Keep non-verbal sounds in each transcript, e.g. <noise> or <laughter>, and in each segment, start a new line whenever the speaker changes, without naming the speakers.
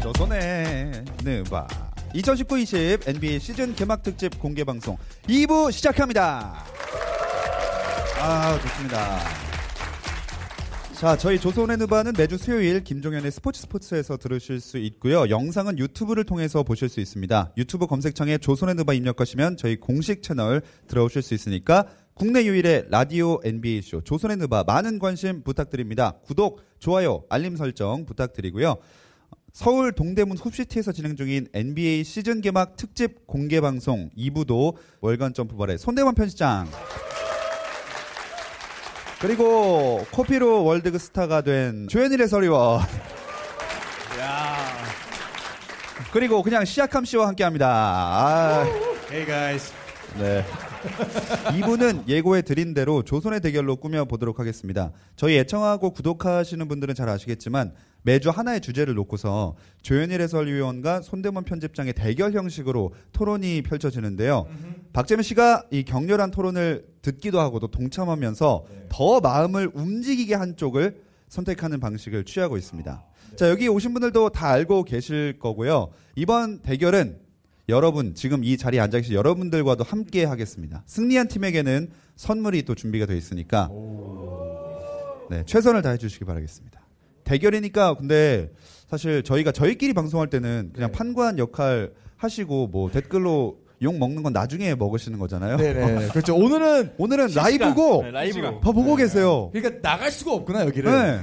조선의 느바 2019-20 NBA 시즌 개막 특집 공개 방송 2부 시작합니다. 아 좋습니다. 자, 저희 조선의 누바는 매주 수요일 김종현의 스포츠 스포츠에서 들으실 수 있고요. 영상은 유튜브를 통해서 보실 수 있습니다. 유튜브 검색창에 조선의 누바 입력하시면 저희 공식 채널 들어오실 수 있으니까 국내 유일의 라디오 NBA 쇼 조선의 누바 많은 관심 부탁드립니다. 구독, 좋아요, 알림 설정 부탁드리고요. 서울 동대문 홉시티에서 진행 중인 NBA 시즌 개막 특집 공개 방송 2부도 월간 점프발의 손대만 편집장 그리고 코피로 월드그 스타가 된 조현일의 서리원. 그리고 그냥 시약함 씨와 함께합니다. 아,
Hey guys.
네. <laughs> 이분은 예고해 드린 대로 조선의 대결로 꾸며 보도록 하겠습니다. 저희 애청하고 구독하시는 분들은 잘 아시겠지만 매주 하나의 주제를 놓고서 조현일 해설위원과 손대문 편집장의 대결 형식으로 토론이 펼쳐지는데요. 박재민 씨가 이 격렬한 토론을 듣기도 하고도 동참하면서 더 마음을 움직이게 한 쪽을 선택하는 방식을 취하고 있습니다. 자, 여기 오신 분들도 다 알고 계실 거고요. 이번 대결은 여러분 지금 이 자리에 앉아 계신 여러분들과도 함께 하겠습니다. 승리한 팀에게는 선물이 또 준비가 되어 있으니까 네, 최선을 다해 주시기 바라겠습니다. 대결이니까 근데 사실 저희가 저희끼리 방송할 때는 그냥
네.
판관 역할 하시고 뭐 댓글로 욕 먹는 건 나중에 먹으시는 거잖아요.
네네. 그렇죠. 오늘은
<laughs> 오늘은
실시간.
라이브고
네, 라이브로.
다 보고 계세요.
그러니까 나갈 수가 없구나 여기를.
네.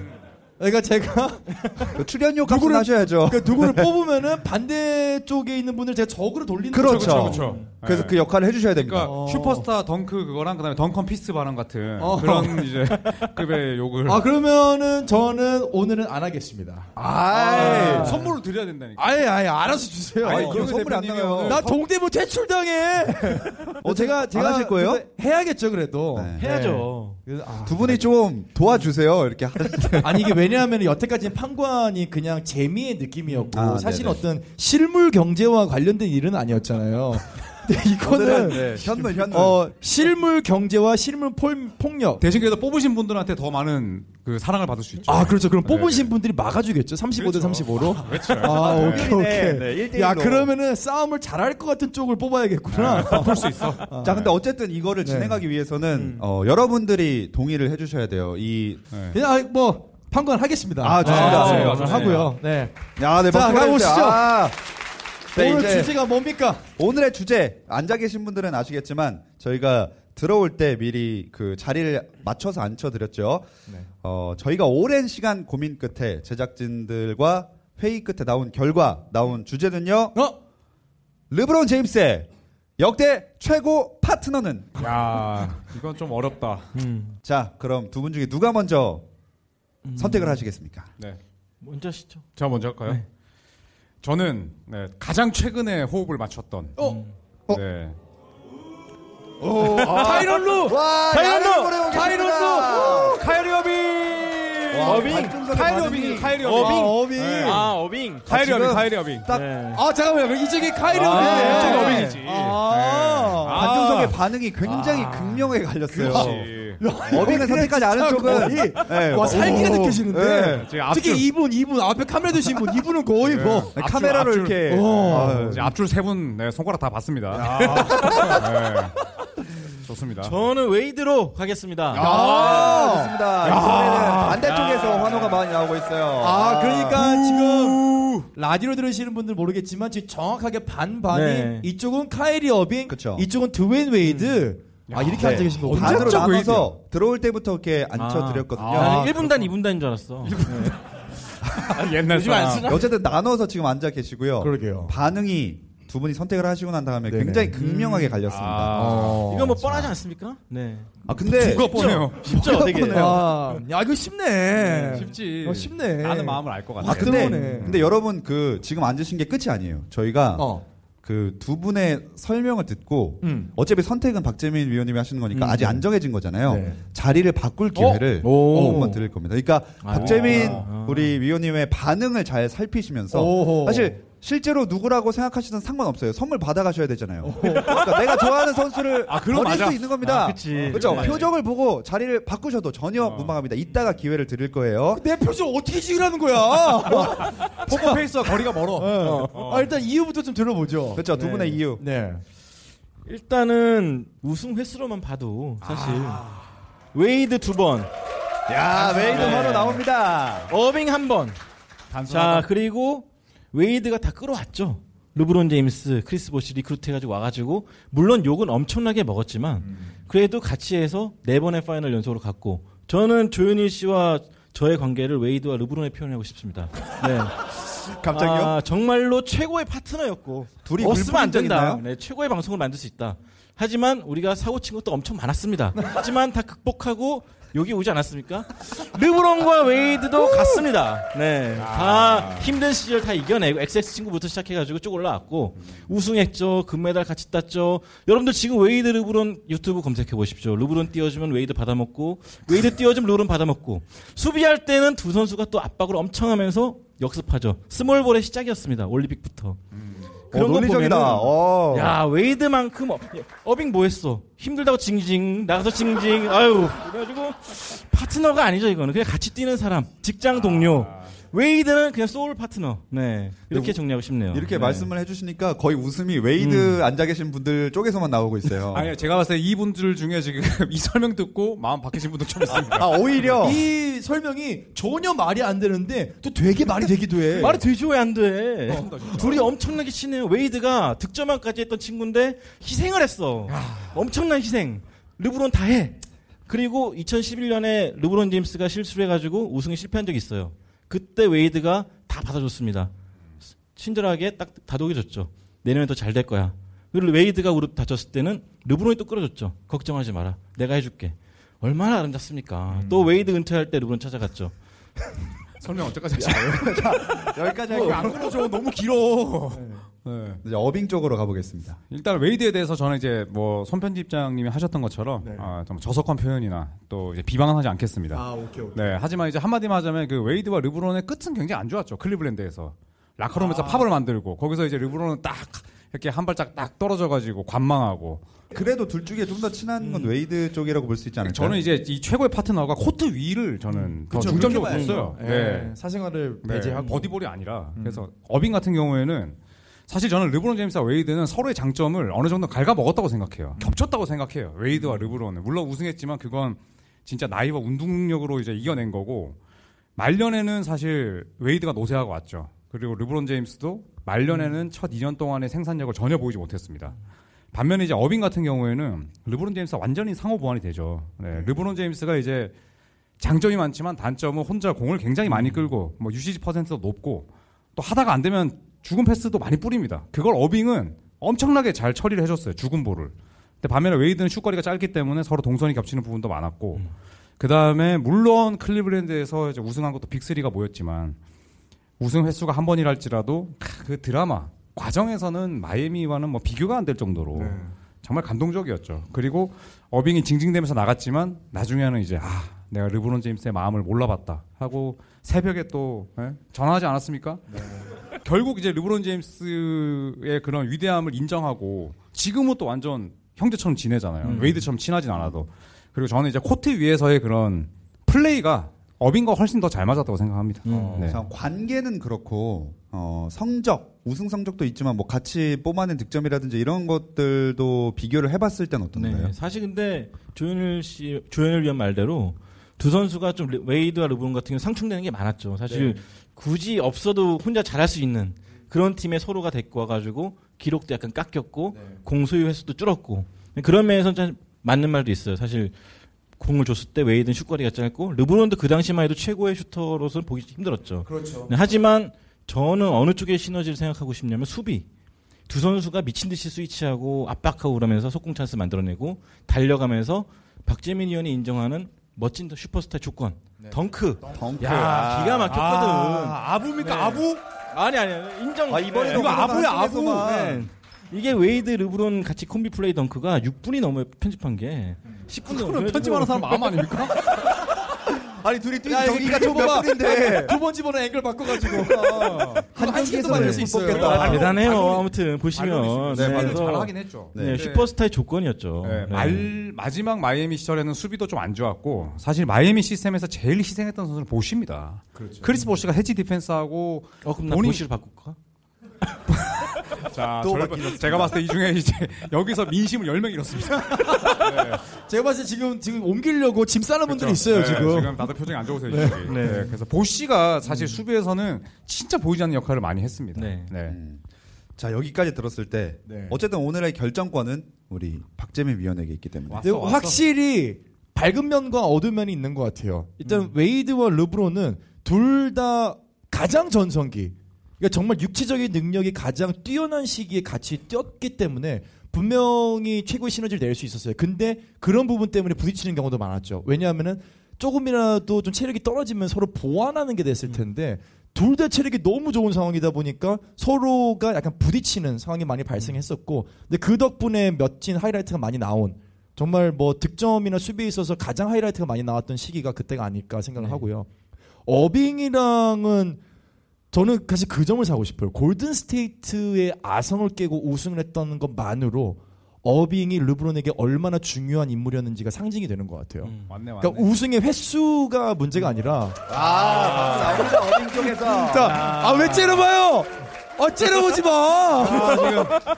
그러니까 제가 <laughs>
그 출연료 값을 하셔야죠.
그러니까 누구를 뽑으면은 반대쪽에 있는 분을 제가 적으로 돌리는
그렇죠.
거죠.
그렇죠.
그래서 그 역할을 해주셔야 됩니다.
그러니까
어.
슈퍼스타 덩크 그거랑 그다음에 덩컨 피스 바람 같은
어.
네.
그런 이제 급의 욕을
아 그러면은 저는 오늘은 안 하겠습니다.
아, 아이.
선물로 드려야 된다니까.
아예 아예 알아서 주세요.
네. 아니,
어,
그럼
이현우
선물 안
대표님이
나가요.
오늘
나 동대문 퇴출당해. 어 제가 제가
하실 거예요?
근데 해야겠죠 그래도.
네.
해야죠. 아,
두 분이 좀 도와주세요. 이렇게 <laughs> 하
아니 이게 왜냐하면 여태까지는 판관이 그냥 재미의 느낌이었고
아,
사실
네네.
어떤 실물 경제와 관련된 일은 아니었잖아요. 근데 이거는
네, 현물 현물.
어, 실물 경제와 실물 폴- 폭력.
대신 그래도 뽑으신 분들한테 더 많은 그 사랑을 받을 수 있죠.
아, 그렇죠. 그럼
네,
뽑으신 분들이 막아주겠죠. 35대 35로.
그렇죠.
아, 오케이, 오케이. 야, 그러면은 싸움을 잘할 것 같은 쪽을 뽑아야겠구나.
볼 수 있어.
자, 근데 어쨌든 이거를
네.
진행하기
음.
위해서는 어, 여러분들이 동의를 해주셔야 돼요. 이
네.
그냥 아이, 뭐 판관하겠습니다.
아, 좋습니다.
네,
네,
오늘
좋습니다.
하고요. 네.
야, 네,
자,
박수
가보시죠.
보내주세요. 아. 네,
오늘
이제
주제가 뭡니까?
오늘의 주제 앉아 계신 분들은 아시겠지만 저희가 들어올 때 미리 그 자리를 맞춰서 앉혀드렸죠. 어, 저희가 오랜 시간 고민 끝에 제작진들과 회의 끝에 나온 결과 나온 주제는요.
어?
르브론 제임스의 역대 최고 파트너는
야, 이건 좀 어렵다.
자, 그럼 두 분 중에 누가 먼저 선택을 하시겠습니까?
네.
먼저 하시죠. 네.
제가 먼저 할까요? 저는 네, 가장 최근에 호흡을 맞췄던
어?
어?
네.
타이런 루!
와,
타이런도! 타이런도!
카이리 어빙!
와, 발등석에
카이리
반응이-
어빙! 카이리
어,
어빙!
어빙.
네.
아, 어빙.
카이리 어빙!
지금-
카이리 어빙!
딱
네.
아, 잠깐만요. 이쪽이 네, 카이런
아,
루인데.
이쪽이 어빙이지.
아.
반준석의 반응이 굉장히 극명하게 갈렸어요.
그렇지.
<laughs> 어빙을 선택하지 않은 쪽은
거의
예,
와
오,
살기가
예.
느껴지는데
지금 앞줄-
특히 이분 이분 앞에 카메라 드신 분 이분은 거의 뭐
네,
앞줄,
카메라로
앞줄. 어,
이렇게
오.
아유.
이제 앞줄 세 분 네, 손가락 다 봤습니다. 네. 좋습니다.
저는 웨이드로 가겠습니다.
아, 좋습니다. 이번에는 반대쪽에서 환호가 많이 나오고 있어요.
아, 그러니까 지금 라디오 들으시는 분들 모르겠지만 지금 정확하게 반반이
네.
이쪽은 카이리 어빙,
그쵸. 네.
이쪽은 드웨인 웨이드. 아 이렇게 앉아 계신 거구나.
반으로
언제적
나눠서 들어올 때부터 이렇게 앉혀드렸거든요.
나는 1분단, 2분단인 줄 알았어.
아, 옛날
요즘 안
사람.
쓰나?
어쨌든 나눠서 지금 앉아 계시고요.
그러게요.
반응이 두 분이 선택을 하시고 난 다음에
네네.
굉장히 극명하게
아.
갈렸습니다.
어.
이거 뭐 뻔하지 않습니까? 네.
아 근데
누가 보네요.
쉽죠, 되게.
아, 야 이거 쉽네.
쉽지.
어, 쉽네.
나는 마음을 알 것 같아.
아, 근데,
뜨거우네.
근데 여러분 그 지금 앉으신 게 끝이 아니에요. 저희가
어.
그 두 분의 설명을 듣고
음.
어차피 선택은 박재민 위원님이 하시는 거니까
음,
아직
네.
안 정해진 거잖아요.
네.
자리를 바꿀 기회를
오.
한번 드릴 겁니다. 그러니까
아.
박재민
아.
우리 위원님의 반응을 잘 살피시면서
오호.
사실 실제로 누구라고 생각하시든 상관없어요. 선물 받아가셔야 되잖아요. 그러니까 내가 좋아하는 선수를
아, 그럼
버릴
맞아.
수 있는 겁니다.
아, 그치.
그렇죠.
그치.
표정을 보고 자리를 바꾸셔도 전혀 무방합니다. 이따가 기회를 드릴 거예요.
내 표정 어떻게 지으라는 거야?
포커페이스와 거리가 멀어.
어. 아, 일단 이유부터 좀 들어보죠.
그렇죠. 두
네.
분의 이유.
네.
일단은 우승 횟수로만 봐도 사실 웨이드 두 번,
야, 메이드
아,
네.
바로 나옵니다.
어빙 한 번. 자
단순하다.
그리고 웨이드가 다 끌어왔죠. 르브론 제임스, 크리스 보시 리크루트해가지고 와가지고 물론 욕은 엄청나게 먹었지만
음.
그래도 같이 해서 네 번의 파이널 연속으로 갔고 저는 조현일 씨와 저의 관계를 웨이드와 르브론에 표현하고 싶습니다.
<laughs>
네.
갑자기요?
아, 정말로 최고의 파트너였고
둘이
없으면
불법인
안
적
된다.
있나요?
네, 최고의 방송을 만들 수 있다. 하지만 우리가 사고 친 것도 엄청 많았습니다. 하지만 다 극복하고 여기 오지 않았습니까? 르브론과 웨이드도 갔습니다. 네,
아.
다 힘든 시절 다 이겨내고 XX 친구부터 시작해가지고 쭉 올라왔고 우승했죠, 금메달 같이 땄죠. 여러분들 지금 웨이드 르브론 유튜브 검색해 보십시오. 르브론 띄워주면 웨이드 받아먹고 웨이드 띄워주면 르브론 받아먹고 수비할 때는 두 선수가 또 압박을 엄청 하면서 역습하죠. 스몰볼의 시작이었습니다. 올림픽부터.
어, 논리적이다.
보면은
어.
야 웨이드만큼 어, 어빙 뭐했어? 힘들다고 징징 나가서 징징 아유 그래가지고 파트너가 아니죠 이거는 그냥 같이 뛰는 사람 직장 동료
아.
아.
웨이드는 그냥 소울 파트너 네 이렇게 정리하고 싶네요
뭐 이렇게
네.
말씀을 해주시니까 거의 웃음이 웨이드 앉아 계신 분들 쪽에서만 나오고 있어요.
<laughs> 아니요, 제가 봤을 때 이분들 중에 지금 <laughs> 이 설명 듣고 마음 바뀌신 분들 좀 있습니다.
아,
어.
오히려
이 설명이 전혀 말이 안 되는데 또 되게 말이 되기도 해.
네.
말이 되죠 왜 안돼
어.
네.
둘이 엄청나게 친해요 웨이드가 득점왕까지 했던 친구인데 희생을 했어 엄청난 희생 르브론 다해 그리고 2011년에 르브론 제임스가 실수를 해가지고 우승에 실패한 적이 있어요 그때 웨이드가 다 받아줬습니다 친절하게 딱 다독여줬죠 내년에 더 잘 될 거야 그리고 웨이드가 무릎 다쳤을 때는 르브론이 또 끌어줬죠 걱정하지 마라 내가 해줄게 얼마나 아름답습니까 또 웨이드 은퇴할 때 르브론 찾아갔죠
설명 어쩌까지 하시나요?
<laughs>
어,
여기까지 할게요.
안 그러죠. 너무 길어. 네.
이제 어빙 쪽으로 가보겠습니다.
일단 웨이드에 대해서 저는 이제 뭐 손편집장님이 하셨던 것처럼 아, 좀 저속한 표현이나 또 이제 비방은 하지 않겠습니다.
아, 오케이, 오케이.
네, 하지만 이제 한마디만 하자면 그 웨이드와 르브론의 끝은 굉장히 안 좋았죠. 클리블랜드에서 라커룸에서 팝을 만들고 거기서 이제 르브론은 딱 이렇게 한 발짝 딱 떨어져가지고 관망하고
그래도 둘 중에 좀 더 친한 건 웨이드 쪽이라고 볼 수 있지 않을까요?
저는 이제 이 최고의 파트너가 코트 위를 저는 더
그쵸,
네. 어, 중점적으로
그렇게
봤어요.
봐야죠.
네.
예, 사생활을
네,
배제하고
버디볼이 아니라 그래서 어빙 같은 경우에는 사실 저는 르브론 제임스와 웨이드는 서로의 장점을 어느 정도 갉아먹었다고 생각해요. 겹쳤다고 생각해요. 웨이드와 르브론은 물론 우승했지만 그건 진짜 나이와 운동 능력으로 이제 이겨낸 거고 말년에는 사실 웨이드가 노쇠하고 왔죠. 그리고 르브론 제임스도 말년에는 첫 2년 동안의 생산력을 전혀 보이지 못했습니다. 반면에 이제 어빙 같은 경우에는 르브론 제임스가 완전히 상호 보완이 되죠. 네, 르브론 제임스가 이제 장점이 많지만 단점은 혼자 공을 굉장히 많이 끌고 뭐 유시지 퍼센트도 높고 또 하다가 안 되면 죽은 패스도 많이 뿌립니다. 그걸 어빙은 엄청나게 잘 처리를 해줬어요. 죽은 볼을. 근데 반면에 웨이드는 슛거리가 짧기 때문에 서로 동선이 겹치는 부분도 많았고 그 다음에 물론 클리블랜드에서 이제 우승한 것도 빅3가 모였지만 우승 횟수가 한 번이랄지라도 크, 그 드라마 과정에서는 마이애미와는 뭐 비교가 안 될 정도로 정말 감동적이었죠. 그리고 어빙이 징징대면서 나갔지만 나중에는 이제 아 내가 르브론 제임스의 마음을 몰라봤다 하고 새벽에 또 예? 전화하지 않았습니까? 결국 이제 르브론 제임스의 그런 위대함을 인정하고 지금은 또 완전 형제처럼 지내잖아요. 웨이드처럼 친하진 않아도 그리고 저는 이제 코트 위에서의 그런 플레이가 어빙과 훨씬 더 잘 맞았다고 생각합니다.
음.
네.
자, 관계는 그렇고 어, 성적 우승 성적도 있지만 뭐 같이 뽑아낸 득점이라든지 이런 것들도 비교를 해봤을 땐 어떤가요?
네, 사실 근데 조현일 씨 조현일 위원 말대로 두 선수가 좀 레- 웨이드와 르브론 같은 경우 상충되는 게 많았죠. 사실
네.
굳이 없어도 혼자 잘할 수 있는 그런 팀에 서로가 데리고 와가지고 기록도 약간
네.
깎였고 공 소유 횟수도 줄었고 그런 면에서 참 맞는 말도 있어요. 사실 공을 줬을 때 웨이드는 슛거리가 짧고 르브론도 그 당시만 해도 최고의 슈터로서는 보기 힘들었죠.
그렇죠.
네, 하지만 저는 어느 쪽의 시너지를 생각하고 싶냐면 수비. 두 선수가 미친 듯이 스위치하고 압박하고 그러면서 속공 찬스 만들어내고 달려가면서 박재민 위원이 인정하는 멋진 슈퍼스타 조건 덩크.
덩크.
야 기가 막혔거든.
아, 아부입니까? 아부?
아, 니 아니 인정.
아, 이번에도
네.
이거 아부야, 아부.
한쪽에서만.
이게 웨이드 르브론 같이 콤비 플레이 덩크가 6분이 넘어요 편집한 게 10분이 넘어요.
편집하는 사람 마음 아닙니까?
아니 둘이 뛴
야, 이거
경기가
그거
좀몇
봐.
분인데
<laughs> 두 번 집어넣은 앵글 바꿔가지고
아,
한 경기에서
만들
만들
수
수
있어요.
있겠다.
아, 대단해요.
발로-
아무튼 보시면
네, 발로
네,
그래서-
잘하긴 했죠.
네.
네,
근데
슈퍼스타의 조건이었죠.
네,
네.
말- 마지막 마이애미 시절에는 수비도 좀 안 좋았고 사실 마이애미 시스템에서 제일 희생했던 선수는 보시입니다.
그렇죠.
크리스 보시가 해지 디펜스하고
어 그럼 나
본인-
보시를 바꿀까?
자,
또
저를- 제가 봤을 때 이 중에 이제 <laughs> 여기서 민심을 10명 잃었습니다.
제가 봤을 때 지금 지금 옮기려고 짐 싸는 분들이 있어요
네,
지금.
지금 다들 표정이 안 좋으세요. 네. 네, 그래서 보시가 사실 수비에서는 진짜 보이지 않는 역할을 많이 했습니다.
네.
음. 자 여기까지 들었을 때
네.
어쨌든 오늘의 결정권은 우리 박재민 위원에게 있기 때문에
와.
근데
왔어, 왔어.
확실히 밝은 면과 어두운 면이 있는 것 같아요. 일단
음.
웨이드와 르브론은 둘 다 가장 전성기. 그러니까 정말 육체적인 능력이 가장 뛰어난 시기에 같이 뛰었기 때문에 분명히 최고의 시너지를 낼 수 있었어요. 근데 그런 부분 때문에 부딪히는 경우도 많았죠. 왜냐하면은 조금이라도 좀 체력이 떨어지면 서로 보완하는 게 됐을 텐데 둘 다 체력이 너무 좋은 상황이다 보니까 서로가 약간 부딪히는 상황이 많이 발생했었고 근데 그 덕분에 멋진 하이라이트가 많이 나온 정말 뭐 득점이나 수비에 있어서 가장 하이라이트가 많이 나왔던 시기가 그때가 아닐까 생각을
네.
하고요. 어빙이랑은 저는 사실 그 점을 사고 싶어요. 골든 스테이트의 아성을 깨고 우승을 했던 것만으로 어빙이 르브론에게 얼마나 중요한 인물이었는지가 상징이 되는 것 같아요.
음.
맞네, 맞네.
그러니까 우승의 횟수가 문제가 아니라
아 나오자 어린 쪽에서
아왜 째려봐요? 아 째려보지 마.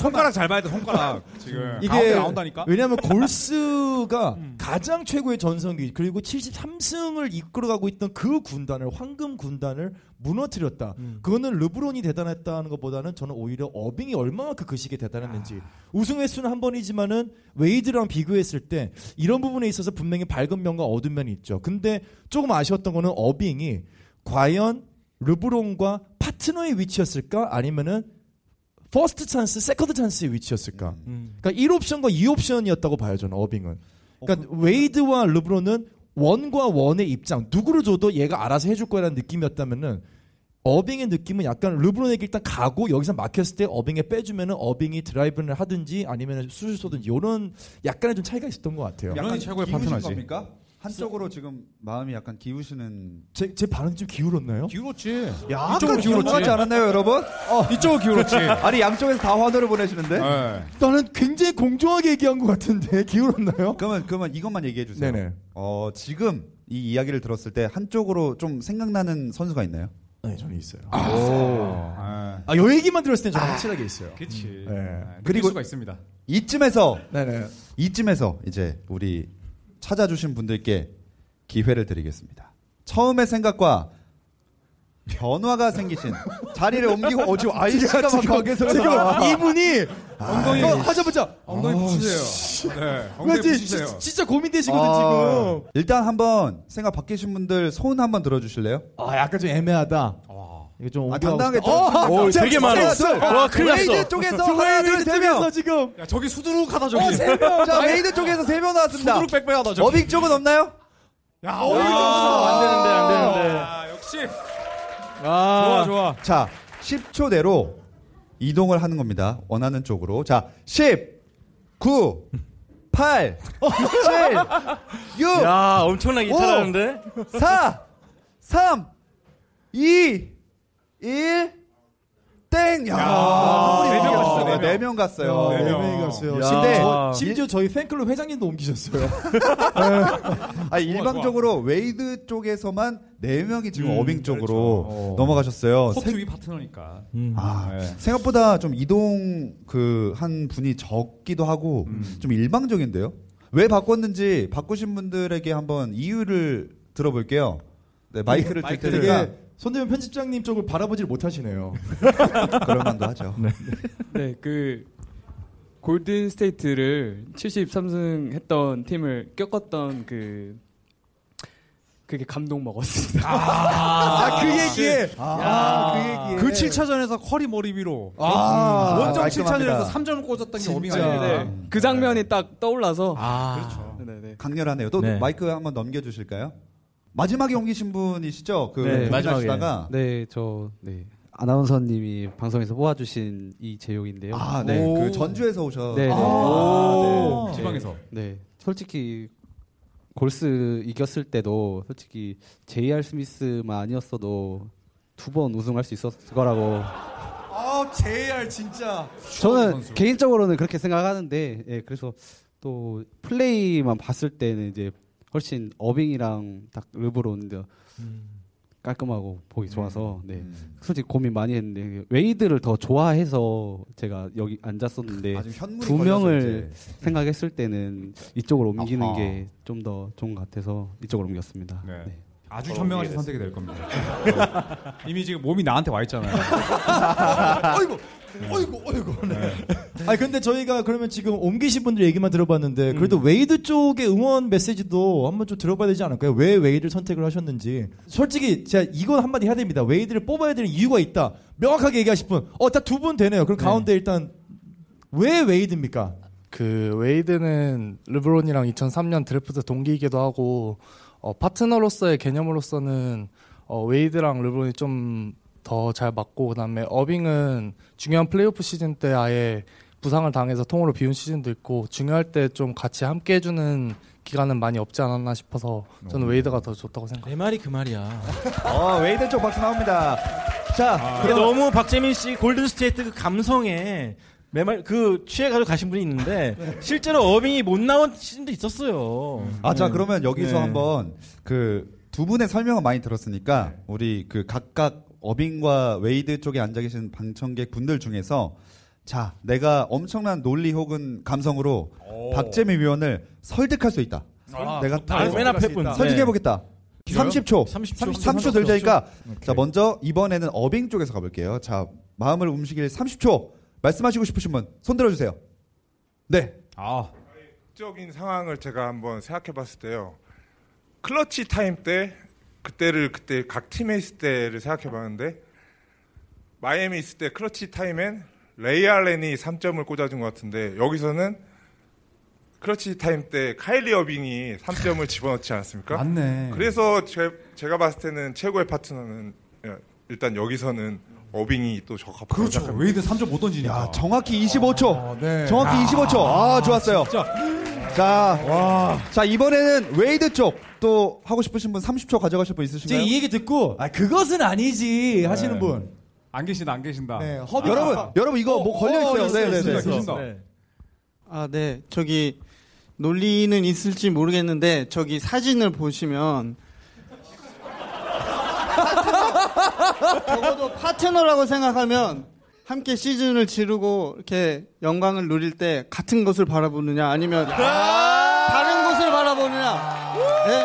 손가락 잘 봐야 돼, 손가락. 지금
이게
네. 가운데 나온다니까. 음.
왜냐하면
<laughs>
골스가 가장 최고의 전성기 그리고 73승을 이끌어가고 있던 그 군단을 황금 군단을 무너뜨렸다.
음.
그거는 르브론이 대단했다는 것보다는 저는 오히려 어빙이 얼마만큼 그 시기에 대단했는지 우승 횟수는 한 번이지만은 웨이드랑 비교했을 때 이런 부분에 있어서 분명히 밝은 면과 어두운 면이 있죠. 근데 조금 아쉬웠던 거는 어빙이 과연 르브론과 파트너의 위치였을까 아니면은 퍼스트 찬스, 세컨드 찬스의 위치였을까?
음.
그러니까 1옵션과 2옵션이었다고 봐요, 저는 어빙은. 그러니까 웨이드와 르브론은 원과 원의 입장, 누구를 줘도 얘가 알아서 해줄 거라는 느낌이었다면은 어빙의 느낌은 약간 르브론에게 일단 가고 여기서 막혔을 때 어빙에 빼주면은 어빙이 드라이브를 하든지 아니면 수술 쏘든지 이런 약간의 좀 차이가 있었던 것 같아요.
이런 최고의
기우신
파트너지.
겁니까? 한쪽으로 지금 마음이 약간 기우시는
제, 제 발음 좀 기울었나요?
기울었지.
약간 기울었지 않았나요 여러분?
이쪽으로 기울었지.
아니 양쪽에서 다 환호를 보내시는데
네.
나는 굉장히 공정하게 얘기한 것 같은데 기울었나요?
그러면 그러면 이것만 얘기해 주세요.
네네.
어 지금 이 이야기를 들었을 때 한쪽으로 좀 생각나는 선수가 있나요?
네, 저는 있어요.
아,
아, 요 얘기만 들었을 땐 저는 확실하게 있어요.
그치.
네.
그리고-
그리고 수가 있습니다.
이쯤에서
네네.
이쯤에서 이제 우리 찾아주신 분들께 기회를 드리겠습니다. 처음의 생각과 변화가 생기신 자리를 옮기고 어지 아이씨가 막 거기서
지금 아.
나와.
이분이
엉덩이.
아, 이거 하자마자
엉덩이
아,
붙이세요. 네. 엉덩이
왠지
붙이세요.
지- 진짜 고민되시거든
아,
지금.
일단 한번 생각 바뀌신 분들 소원 한번 들어주실래요?
아 약간 좀 애매하다.
와.
이거 좀
아,
오버하고
당당하게
싶다. 어,
좀-
오,
자,
되게
자,
많아.
자, 자,
와, 큰일 났어.
웨이드 쪽에서
두
하나
명이
둘세명
되면서 지금
야, 저기 수두룩하다, 저기.
자, 웨이드 쪽에서 세 명 나왔습니다.
수두룩 빽빽하다, 저기.
어빅 쪽은 없나요?
야,
아.
안 되는데 안 되는데.
아, 역시.
아,
좋아, 좋아.
자, 10초 내로 이동을 하는 겁니다. 원하는 쪽으로. 자, 10, 9, 8, 7, 6,
야 엄청나게
오.
잘하는데.
4, 3, 2, 1, 땡! 야,
네명 갔어요, 네 명.
네명 갔어요.
네 명.
애매히 갔어요.
야.
심지어,
아.
심지어 저희 팬클럽 회장님도 옮기셨어요.
아니, 일방적으로 웨이드 쪽에서만 네명이 지금 어빙 쪽으로
그렇죠. 어.
넘어가셨어요.
코트
세-
위 파트너니까.
음.
아,
네.
생각보다 좀 이동 그 한 분이 적기도 하고 좀 일방적인데요. 왜 바꿨는지 바꾸신 분들에게 한번 이유를 들어볼게요. 네, 마이크를 들
마이크
테니까
되게 손대면 편집장님 쪽을 바라보질 못하시네요.
그럴 만도 하죠.
네, 그 골든 스테이트를 73승 했던 팀을 꺾었던 그 그게 감동 먹었습니다.
아, 그 얘기에. 아,
그 7차전에서 커리 머리 위로.
아,
원정
깔끔합니다.
7차전에서 3점을 꽂았던 게
진짜.
어빙 그렇죠.
네,
아닙니까?
그 장면이 딱 떠올라서
아,
네, 네.
강렬하네요. 또
네.
마이크 한번 넘겨주실까요? 마지막에 옮기신 분이시죠? 그
네,
마지막에
마지막에.
다가
네, 저 네. 아나운서님이 방송에서 뽑아주신 이 제용인데요.
아, 네,
오.
그 전주에서 오셨.
네, 네.
아,
오.
네.
지방에서.
네, 솔직히 골스 이겼을 때도 솔직히 JR 스미스만 아니었어도 두 번 우승할 수 있었을 거라고
아 JR 진짜.
저는 개인적으로는 그렇게 생각하는데 예, 그래서 또 플레이만 봤을 때는 이제 훨씬 어빙이랑 딱 르브론 이 깔끔하고 보기 좋아서 네. 솔직히 고민 많이 했는데 웨이드를 더 좋아해서 제가 여기 앉았었는데
아주 현물이
두
걸려서
명을
이제.
생각했을 때는 이쪽으로 옮기는
아하.
게 좀 더 좋은 것 같아서 이쪽으로 옮겼습니다.
네.
네.
아주 현명하신 선택이 될 겁니다. 어. 이미 지금 몸이 나한테 와 있잖아요.
어이구, 음. 어이구, 어이구. 네. <laughs> 아 근데 저희가 그러면 지금 옮기신 분들 얘기만 들어봤는데 그래도 웨이드 쪽의 응원 메시지도 한번 좀 들어봐야 되지 않을까요? 왜 웨이드를 선택을 하셨는지. 솔직히 제가 이건 한마디 해야 됩니다. 웨이드를 뽑아야 되는 이유가 있다. 명확하게 얘기하실 분. 어, 다 두 분 되네요. 그럼 가운데 일단 왜 웨이드입니까?
그 웨이드는 르브론이랑 2003년 드래프트 동기이기도 하고 어, 파트너로서의 개념으로서는 어, 웨이드랑 르브론이 좀 음, 더 잘 맞고 그다음에 어빙은 중요한 플레이오프 시즌 때 아예 부상을 당해서 통으로 비운 시즌도 있고 중요할 때 좀 같이 함께 해주는 기간은 많이 없지 않았나 싶어서 저는 웨이드가 더 좋다고 생각합니다.
내 말이 그 말이야.
어, 웨이드 쪽 박수 나옵니다. 자,
근데 너무 박재민 씨 골든 스테이트 그 감성에 매말 그 취해 가지고 가신 분이 있는데 실제로 어빙이 못 나온 시즌도 있었어요.
아, 자
네.
그러면 여기서
네.
한번 그 두 분의 설명을 많이 들었으니까
네.
우리 그 각각 어빙과 웨이드 쪽에 앉아 계신 방청객 분들 중에서 자, 내가 엄청난 논리 혹은 감성으로 박재미 위원을 설득할 수 있다. 내가 네.
아, 맨 앞에 분
설득해 보겠다. 30초.
30초.
30초 될 테니까 자, 먼저 이번에는 어빙 쪽에서 가 볼게요. 자, 마음을 움직일 30초 말씀하시고 싶으신 분 손 들어 주세요. 네.
아,
적인 상황을 제가 한번 생각해 봤을 때요. 클러치 타임 때 그때를 그때 각 팀에 있을 때를 생각해 봤는데 마이애미 있을 때 클러치 타임엔 레이 알렌이 3점을 꽂아준 것 같은데 여기서는 클러치 타임 때 카일리 어빙이 3점을 집어넣지 않았습니까?
맞네.
그래서 제, 제가 봤을 때는 최고의 파트너는 예, 일단 여기서는 어빙이 또 적합하다고
그렇죠.
생각합니다.
웨이드 3점 못 던지니까.
야, 정확히 25초.
네.
정확히 25초. 아, 좋았어요. 자, 자, 이번에는 웨이드 쪽 또 하고 싶으신 분 30초 가져가실 분
지금
있으신가요?
이 얘기 듣고 아 그것은 아니지 하시는 분.
안 계신다, 안 계신다.
네. 허비
여러분, 여러분 이거 뭐 걸려 있어요.
있어요,
네, 네,
있어요,
네.
있어요.
계신다.
아, 네. 저기 논리는 있을지 모르겠는데 저기 사진을 보시면 적어도 파트너라고 <laughs> 생각하면 함께 시즌을 지르고 이렇게 영광을 누릴 때 같은 것을 바라보느냐 아니면 다른 것을 바라보느냐 네?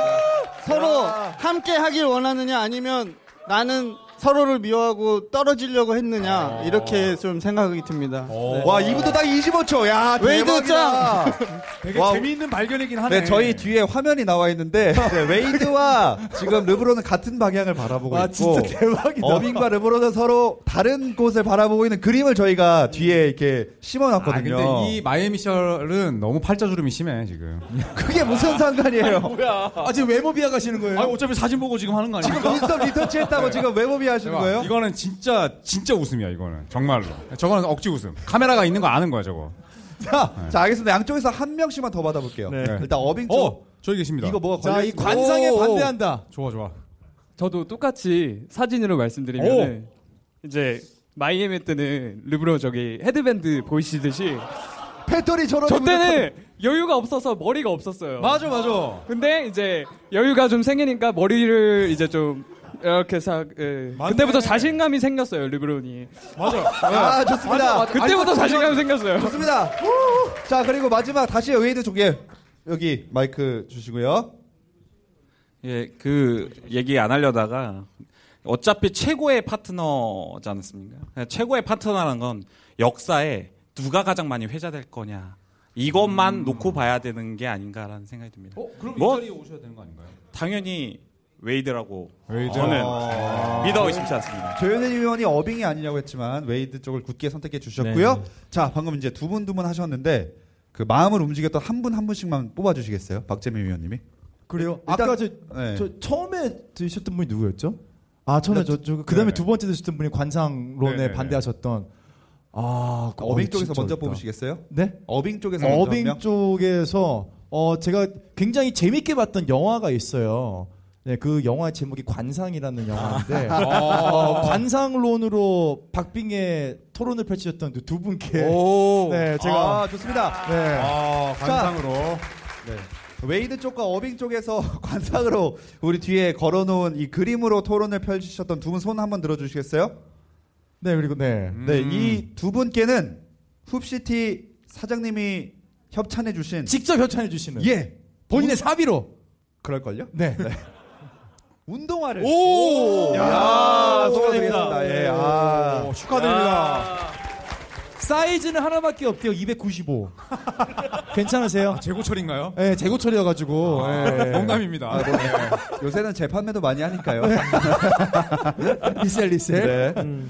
서로 함께 하길 원하느냐 아니면 나는 서로를 미워하고 떨어지려고 했느냐 이렇게 좀 생각이 듭니다.
네. 와, 이분도 딱 25초. 야,
웨이드
대박이다.
되게
와우.
재미있는 발견이긴 하네.
네, 저희 뒤에 화면이 나와 있는데 네, 웨이드와 지금 르브론은 같은 방향을 바라보고
아
있고
진짜 대박이다.
어빙과 르브론은 서로 다른 곳을 바라보고 있는 그림을 저희가 뒤에 이렇게
아,
심어놨거든요.
근데 이 마이애미 셜은 너무 팔자주름이 심해 지금.
그게 무슨 상관이에요?
아 지금 외모 비하가시는 거예요?
아, 어차피 사진 보고 지금 하는 거 아니에요?
지금 인스턴 리터치 했다고 지금 외모비 하시는 거예요?
이거는 진짜 진짜 웃음이야 이거는 정말로. 저거는 억지 웃음. 카메라가 있는 거 아는 거야 저거.
자, 자, 알겠습니다. 양쪽에서 한 명씩만 더 받아볼게요. 네. 일단 어빙 쪽.
어, 저기 계십니다.
이거 뭐가 걸려?
자, 이 관상에
오.
반대한다.
좋아 좋아.
저도 똑같이 사진으로 말씀드리면 이제 마이애미 때는 르브론 저기 헤드밴드 보이시듯이
패턴이 저런.
저 때는 여유가 없어서 머리가 없었어요.
맞아 맞아.
근데 이제 여유가 좀 생기니까 머리를 이제 좀 이렇게 사 예.
맞네.
그때부터 자신감이 생겼어요 르브론이.
아, 좋습니다.
그때부터 자신감이 생겼어요.
좋습니다. 자, 그리고 마지막 다시 웨이드 쪽에 여기 마이크 주시고요.
예, 그 얘기 안 하려다가 어차피 최고의 파트너지 않습니까? 예, 최고의 파트너라는 건 역사에 누가 가장 많이 회자될 거냐 이것만 놓고 봐야 되는 게 아닌가라는 생각이 듭니다.
그럼
뭐?
이 자리에 오셔야 되는 거 아닌가요?
당연히 웨이드라고
웨이드.
저는 믿어 의심치 않습니다.
조현일 의원이 어빙이 아니냐고 했지만 웨이드 쪽을 굳게 선택해 주셨고요. 자, 방금 이제 두 분 두 분 하셨는데 그 마음을 움직였던 한 분 한 분씩만 뽑아 주시겠어요? 박재민 의원님이?
그래요?
일단-
아까 저,
네.
저 처음에 드셨던 분이 누구였죠? 아 처음에 저, 저 그다음에
네.
두 번째 드셨던 분이 관상론에
네, 네,
반대하셨던 아
그 어빙 쪽에서
진짜
먼저
어렵다.
뽑으시겠어요?
네?
어빙 쪽에서 먼저 한
어빙
명?
쪽에서 어, 제가 굉장히 재밌게 봤던 영화가 있어요. 네, 그 영화 제목이
<laughs>
관상이라는 영화인데 어, 관상론으로 박빙의 토론을 펼치셨던 두 분께
오.
네, 제가
아, 좋습니다.
네.
아, 관상으로.
웨이드 쪽과 어빙 쪽에서 <laughs> 관상으로 우리 뒤에 걸어놓은 이 그림으로 토론을 펼치셨던 두 분 손 한번 들어주시겠어요?
네, 그리고 네.
네, 이 두 분께는 훅시티 사장님이 협찬해주신
직접 협찬해 주시는
예
본인의 사비로
그럴걸요?
네.
운동화를
오!
야,
축하드립니다.
소개드리겠습니다. 예, 아.
오, 축하드립니다.
네. 사이즈는 하나밖에 없대요. 295. 괜찮으세요?
재고철인가요?
네, 재고 처리여가지고.
네.
예.
농담입니다.
요새는 재판매도 많이 하니까요.
리셀 리셀.
네.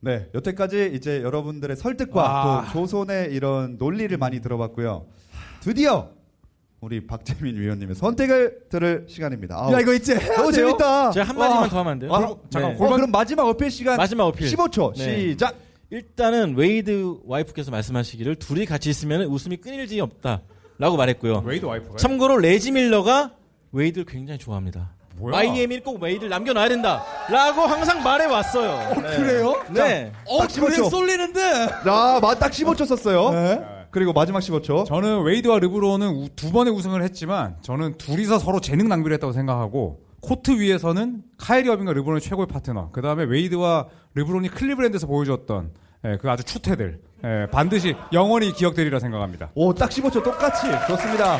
네, 여태까지 이제 여러분들의 설득과 또 조선의 이런 논리를 많이 들어봤고요. 드디어 우리 박재민 위원님의 선택을 들을 시간입니다. 아우,
야 이거 있지?
너무 네. 어, 재밌다.
제가 한마디만
와.
더 하면 안 돼요?
아,
잠깐,
어, 그럼 마지막 어필 시간
마지막 어필.
15초
네.
시작.
일단은 웨이드 와이프께서 말씀하시기를 둘이 같이 있으면 웃음이 끊일지 없다라고 말했고요.
웨이드 와이프가.
참고로 레지 밀러가 웨이드를 굉장히 좋아합니다.
뭐야?
마이애미는 꼭 웨이드를 남겨놔야 된다라고 항상 말해왔어요. 네.
그래요?
네.
어,
딱 집어쳐.
그래 쏠리는데.
자, 마- 딱 15초 썼어요. 그리고 마지막 15초.
저는 웨이드와 르브론은 우- 두 번의 우승을 했지만 저는 둘이서 서로 재능 낭비를 했다고 생각하고 코트 위에서는 카이리 어빙과 르브론이 최고의 파트너. 그 다음에 웨이드와 르브론이 클리브랜드에서 보여줬던 예, 그 아주 추태들 예, 반드시 영원히 기억되리라 생각합니다.
오, 딱 15초 똑같이. 좋습니다.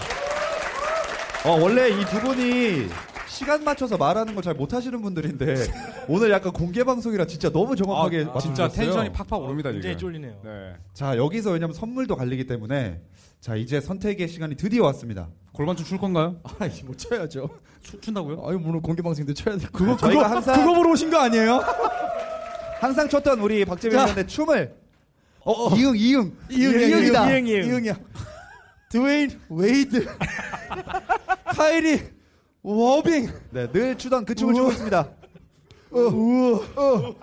어, 원래 이 두 분이 시간 맞춰서 말하는 걸 잘 못하시는 분들인데 오늘 약간 공개 방송이라 진짜 너무 정확하게
아, 진짜
맞춰주셨어요.
텐션이 팍팍 오릅니다 지금.
굉장히 쫄리네요.
네.
자 여기서 왜냐면 선물도 갈리기 때문에 자 이제 선택의 시간이 드디어 왔습니다.
골반춤 출 건가요?
아, 이거 뭐 쳐야죠.
춘다고요?
아, 이거 물론 공개 방송인데 쳐야 돼. 그거
저희가 항상-
그거 보러 오신 거 아니에요?
<laughs> 항상 췄던 우리 박재민
자. 어,
씨의 춤을 이응 이응
이응이다.
이응, 이응.
이응이야. 드웨인 웨이드. <laughs> 카이리 워빙. 어.
네늘 추던 그 춤을 추고 있습니다. 어.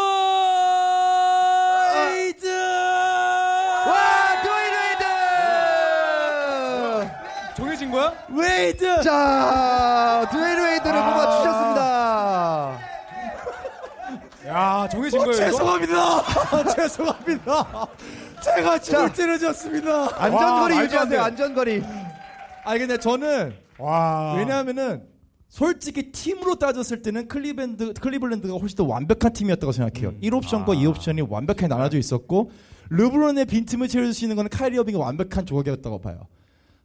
어.
어.
아.
웨이드.
와
네.
드웨인 웨이드!
정해진 거야?
웨이드.
자 드웨인 웨이드를 뽑아 주셨습니다.
야 아, 정해진
어,
거예요. 이거?
죄송합니다. 죄송합니다. 제가 춤을 찌르졌습니다.
안전거리
말도 안 돼.
유지하세요 안전거리.
아니 근데 저는
와.
왜냐하면은 솔직히 팀으로 따졌을 때는 클리밴드 클리블랜드가 훨씬 더 완벽한 팀이었다고
음.
생각해요. 1옵션과
아.
2옵션이 완벽하게 나눠져 있었고 르브론의 빈틈을 채울 수 있는 건 카이리 어빙이 완벽한 조각이었다고 봐요.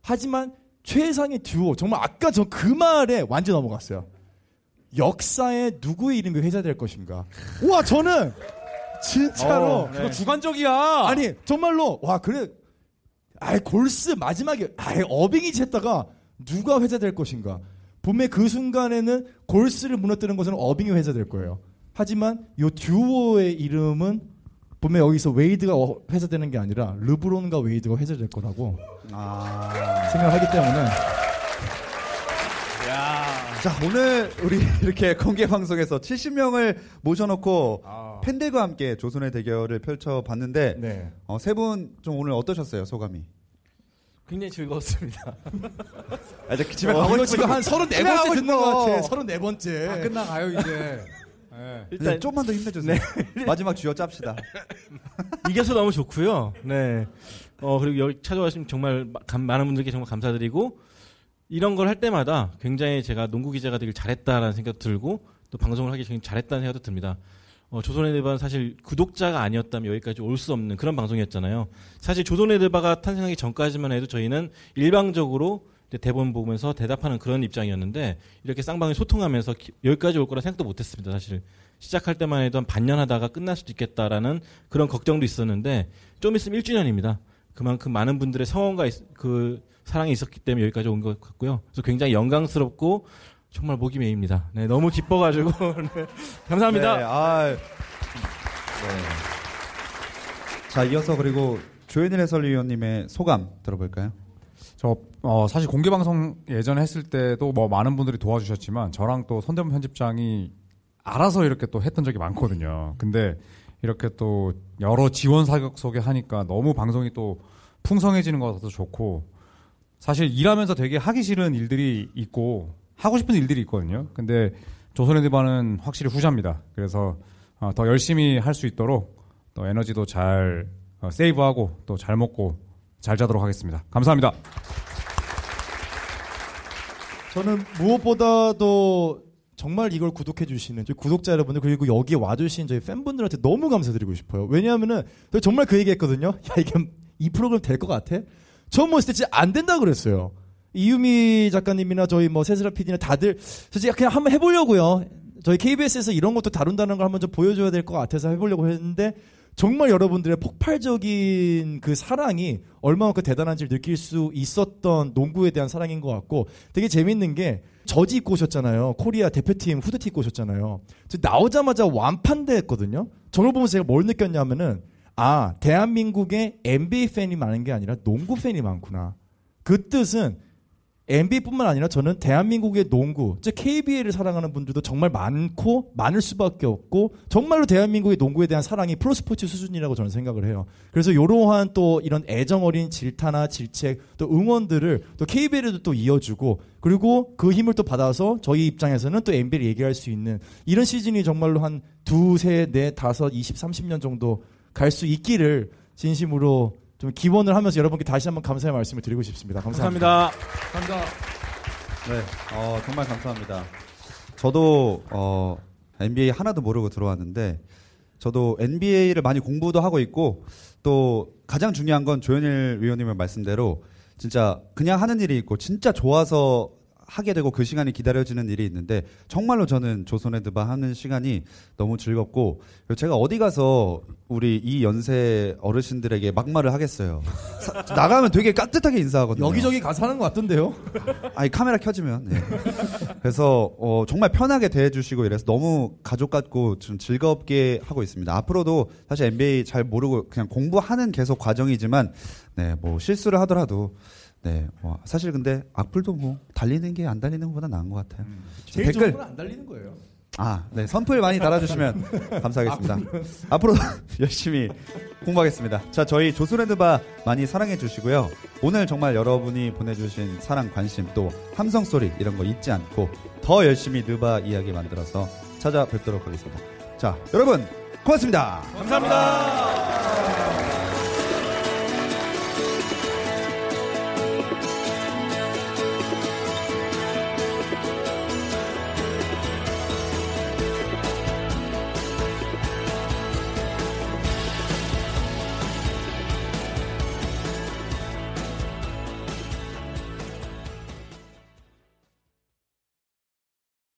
하지만 최상의 듀오 정말 아까 저 그 말에 완전 넘어갔어요. 역사에 누구의 이름이 회자될 것인가? 와 저는 진짜로
어, 네. 그거 주관적이야.
아니 정말로 와 그래 아이 골스 마지막에 아이 어빙이 쳤다가 누가 회자될 것인가 분명 그 순간에는 골스를 무너뜨리는 것은 어빙이 회자될 거예요 하지만 요 듀오의 이름은 분명 여기서 웨이드가 어- 회자되는 게 아니라 르브론과 웨이드가 회자될 거라고
아.
생각하기 때문에
자 오늘 우리 <laughs> 이렇게 공개 방송에서 70명을 모셔놓고 팬들과 함께 조선의 대결을 펼쳐봤는데 어,
네.
세 분 좀 오늘 어떠셨어요 소감이?
굉장히 즐거웠습니다.
아, 저 집에
어, 이거 지금 한 34번째
지나가고
듣는 것 같아
싶어. 예.
34번째
예. 끝나가요
<laughs>
이제. 예.
네, 일단 네.
<laughs> 일단
좀만 더 힘내주세요. <laughs> 마지막 주여 짭시다.
이겨서 너무 좋고요. 네. 어 그리고 여기 찾아와주신 정말 마- 감- 많은 분들께 정말 감사드리고 이런 걸 할 때마다 굉장히 제가 농구 기자가 되길 잘했다라는 생각도 들고 또 방송을 하기 굉장히 잘했다는 생각도 듭니다. 어, 조선의 대바는 사실 구독자가 아니었다면 여기까지 올 수 없는 그런 방송이었잖아요. 사실 조선의 대바가 탄생하기 전까지만 해도 저희는 일방적으로 이제 대본 보면서 대답하는 그런 입장이었는데 이렇게 쌍방이 소통하면서 기- 여기까지 올 거라 생각도 못했습니다. 사실 시작할 때만 해도 한 반년 하다가 끝날 수도 있겠다라는 그런 걱정도 있었는데 좀 있으면 1주년입니다. 그만큼 많은 분들의 성원과 있- 그 사랑이 있었기 때문에 여기까지 온 것 같고요. 그래서 굉장히 영광스럽고 정말 목이 메입니다. 네, 너무 기뻐가지고 <laughs> 네, 감사합니다.
네, 아, 네. 자 이어서 그리고 조현일 해설위원님의 소감 들어볼까요?
저 어, 사실 공개 방송 예전에 했을 때도 뭐 많은 분들이 도와주셨지만 저랑 또 손대문 편집장이 알아서 이렇게 또 했던 적이 많거든요. 근데 이렇게 또 여러 지원 사격 속에 하니까 너무 방송이 또 풍성해지는 것 같아서 좋고 사실 일하면서 되게 하기 싫은 일들이 있고 하고 싶은 일들이 있거든요. 근데 조선의드바는 확실히 후자입니다. 그래서 어, 더 열심히 할 수 있도록 또 에너지도 잘 어, 세이브하고 또 잘 먹고 잘 자도록 하겠습니다. 감사합니다.
저는 무엇보다도 정말 이걸 구독해 주시는 저희 구독자 여러분들 그리고 여기 와 주신 저희 팬분들한테 너무 감사드리고 싶어요. 왜냐하면은 저 정말 그 얘기했거든요. <laughs> 야 이게 이 프로그램 될 것 같아? 처음 봤을 때 진짜 안 된다 그랬어요. 이유미 작가님이나 저희 뭐 세스라 PD나 다들 솔직히 그냥 한번 해보려고요. 저희 KBS에서 이런 것도 다룬다는 걸 한번 좀 보여줘야 될 것 같아서 해보려고 했는데 정말 여러분들의 폭발적인 그 사랑이 얼마만큼 대단한지를 느낄 수 있었던 농구에 대한 사랑인 것 같고 되게 재밌는 게 저지 입고 오셨잖아요. 코리아 대표팀 후드티 입고 오셨잖아요. 저 나오자마자 완판대했거든요. 저걸 보면서 제가 뭘 느꼈냐면은 아 대한민국에 NBA 팬이 많은 게 아니라 농구 팬이 많구나. 그 뜻은 NBA뿐만 아니라 저는 대한민국의 농구, 즉 KBL을 사랑하는 분들도 정말 많고 많을 수밖에 없고 정말로 대한민국의 농구에 대한 사랑이 프로스포츠 수준이라고 저는 생각을 해요. 그래서 이러한 또 이런 애정 어린 질타나 질책 또 응원들을 또 KBL에도 또 이어주고 그리고 그 힘을 또 받아서 저희 입장에서는 또 NBA를 얘기할 수 있는 이런 시즌이 정말로 한 두세 네 다섯 이십 삼십 년 정도 갈 수 있기를 진심으로 좀 기원을 하면서 여러분께 다시 한번 감사의 말씀을 드리고 싶습니다. 감사합니다.
감사합니다.
네, 어, 정말 감사합니다. 저도 어, NBA 하나도 모르고 들어왔는데 저도 NBA를 많이 공부도 하고 있고 또 가장 중요한 건 조현일 위원님의 말씀대로 진짜 그냥 하는 일이 있고 진짜 좋아서 하게 되고 그 시간이 기다려지는 일이 있는데 정말로 저는 조선의 드바 하는 시간이 너무 즐겁고 그리고 제가 어디 가서 우리 이 연세 어르신들에게 막말을 하겠어요. 사- 나가면 되게 깍듯하게 인사하거든요.
여기저기 가서 하는 것 같던데요?
아니 카메라 켜지면 예. 그래서 어, 정말 편하게 대해주시고 이래서 너무 가족 같고 좀 즐겁게 하고 있습니다 앞으로도 사실 NBA 잘 모르고 그냥 공부하는 계속 과정이지만 네뭐 실수를 하더라도 네 어, 사실 근데 악플도 뭐 달리는 게 안 달리는 것보다 나은 것 같아요
음, 제일 좋은
댓글
건 안 달리는 거예요.
아, 네. 선풀 많이 달아주시면 감사하겠습니다. 앞으로 <laughs> 열심히 공부하겠습니다. 자, 저희 조스랜드바 많이 사랑해주시고요. 오늘 정말 여러분이 보내주신 사랑, 관심, 또 함성소리 이런 거 잊지 않고 더 열심히 느바 이야기 만들어서 찾아뵙도록 하겠습니다. 자, 여러분, 고맙습니다.
감사합니다.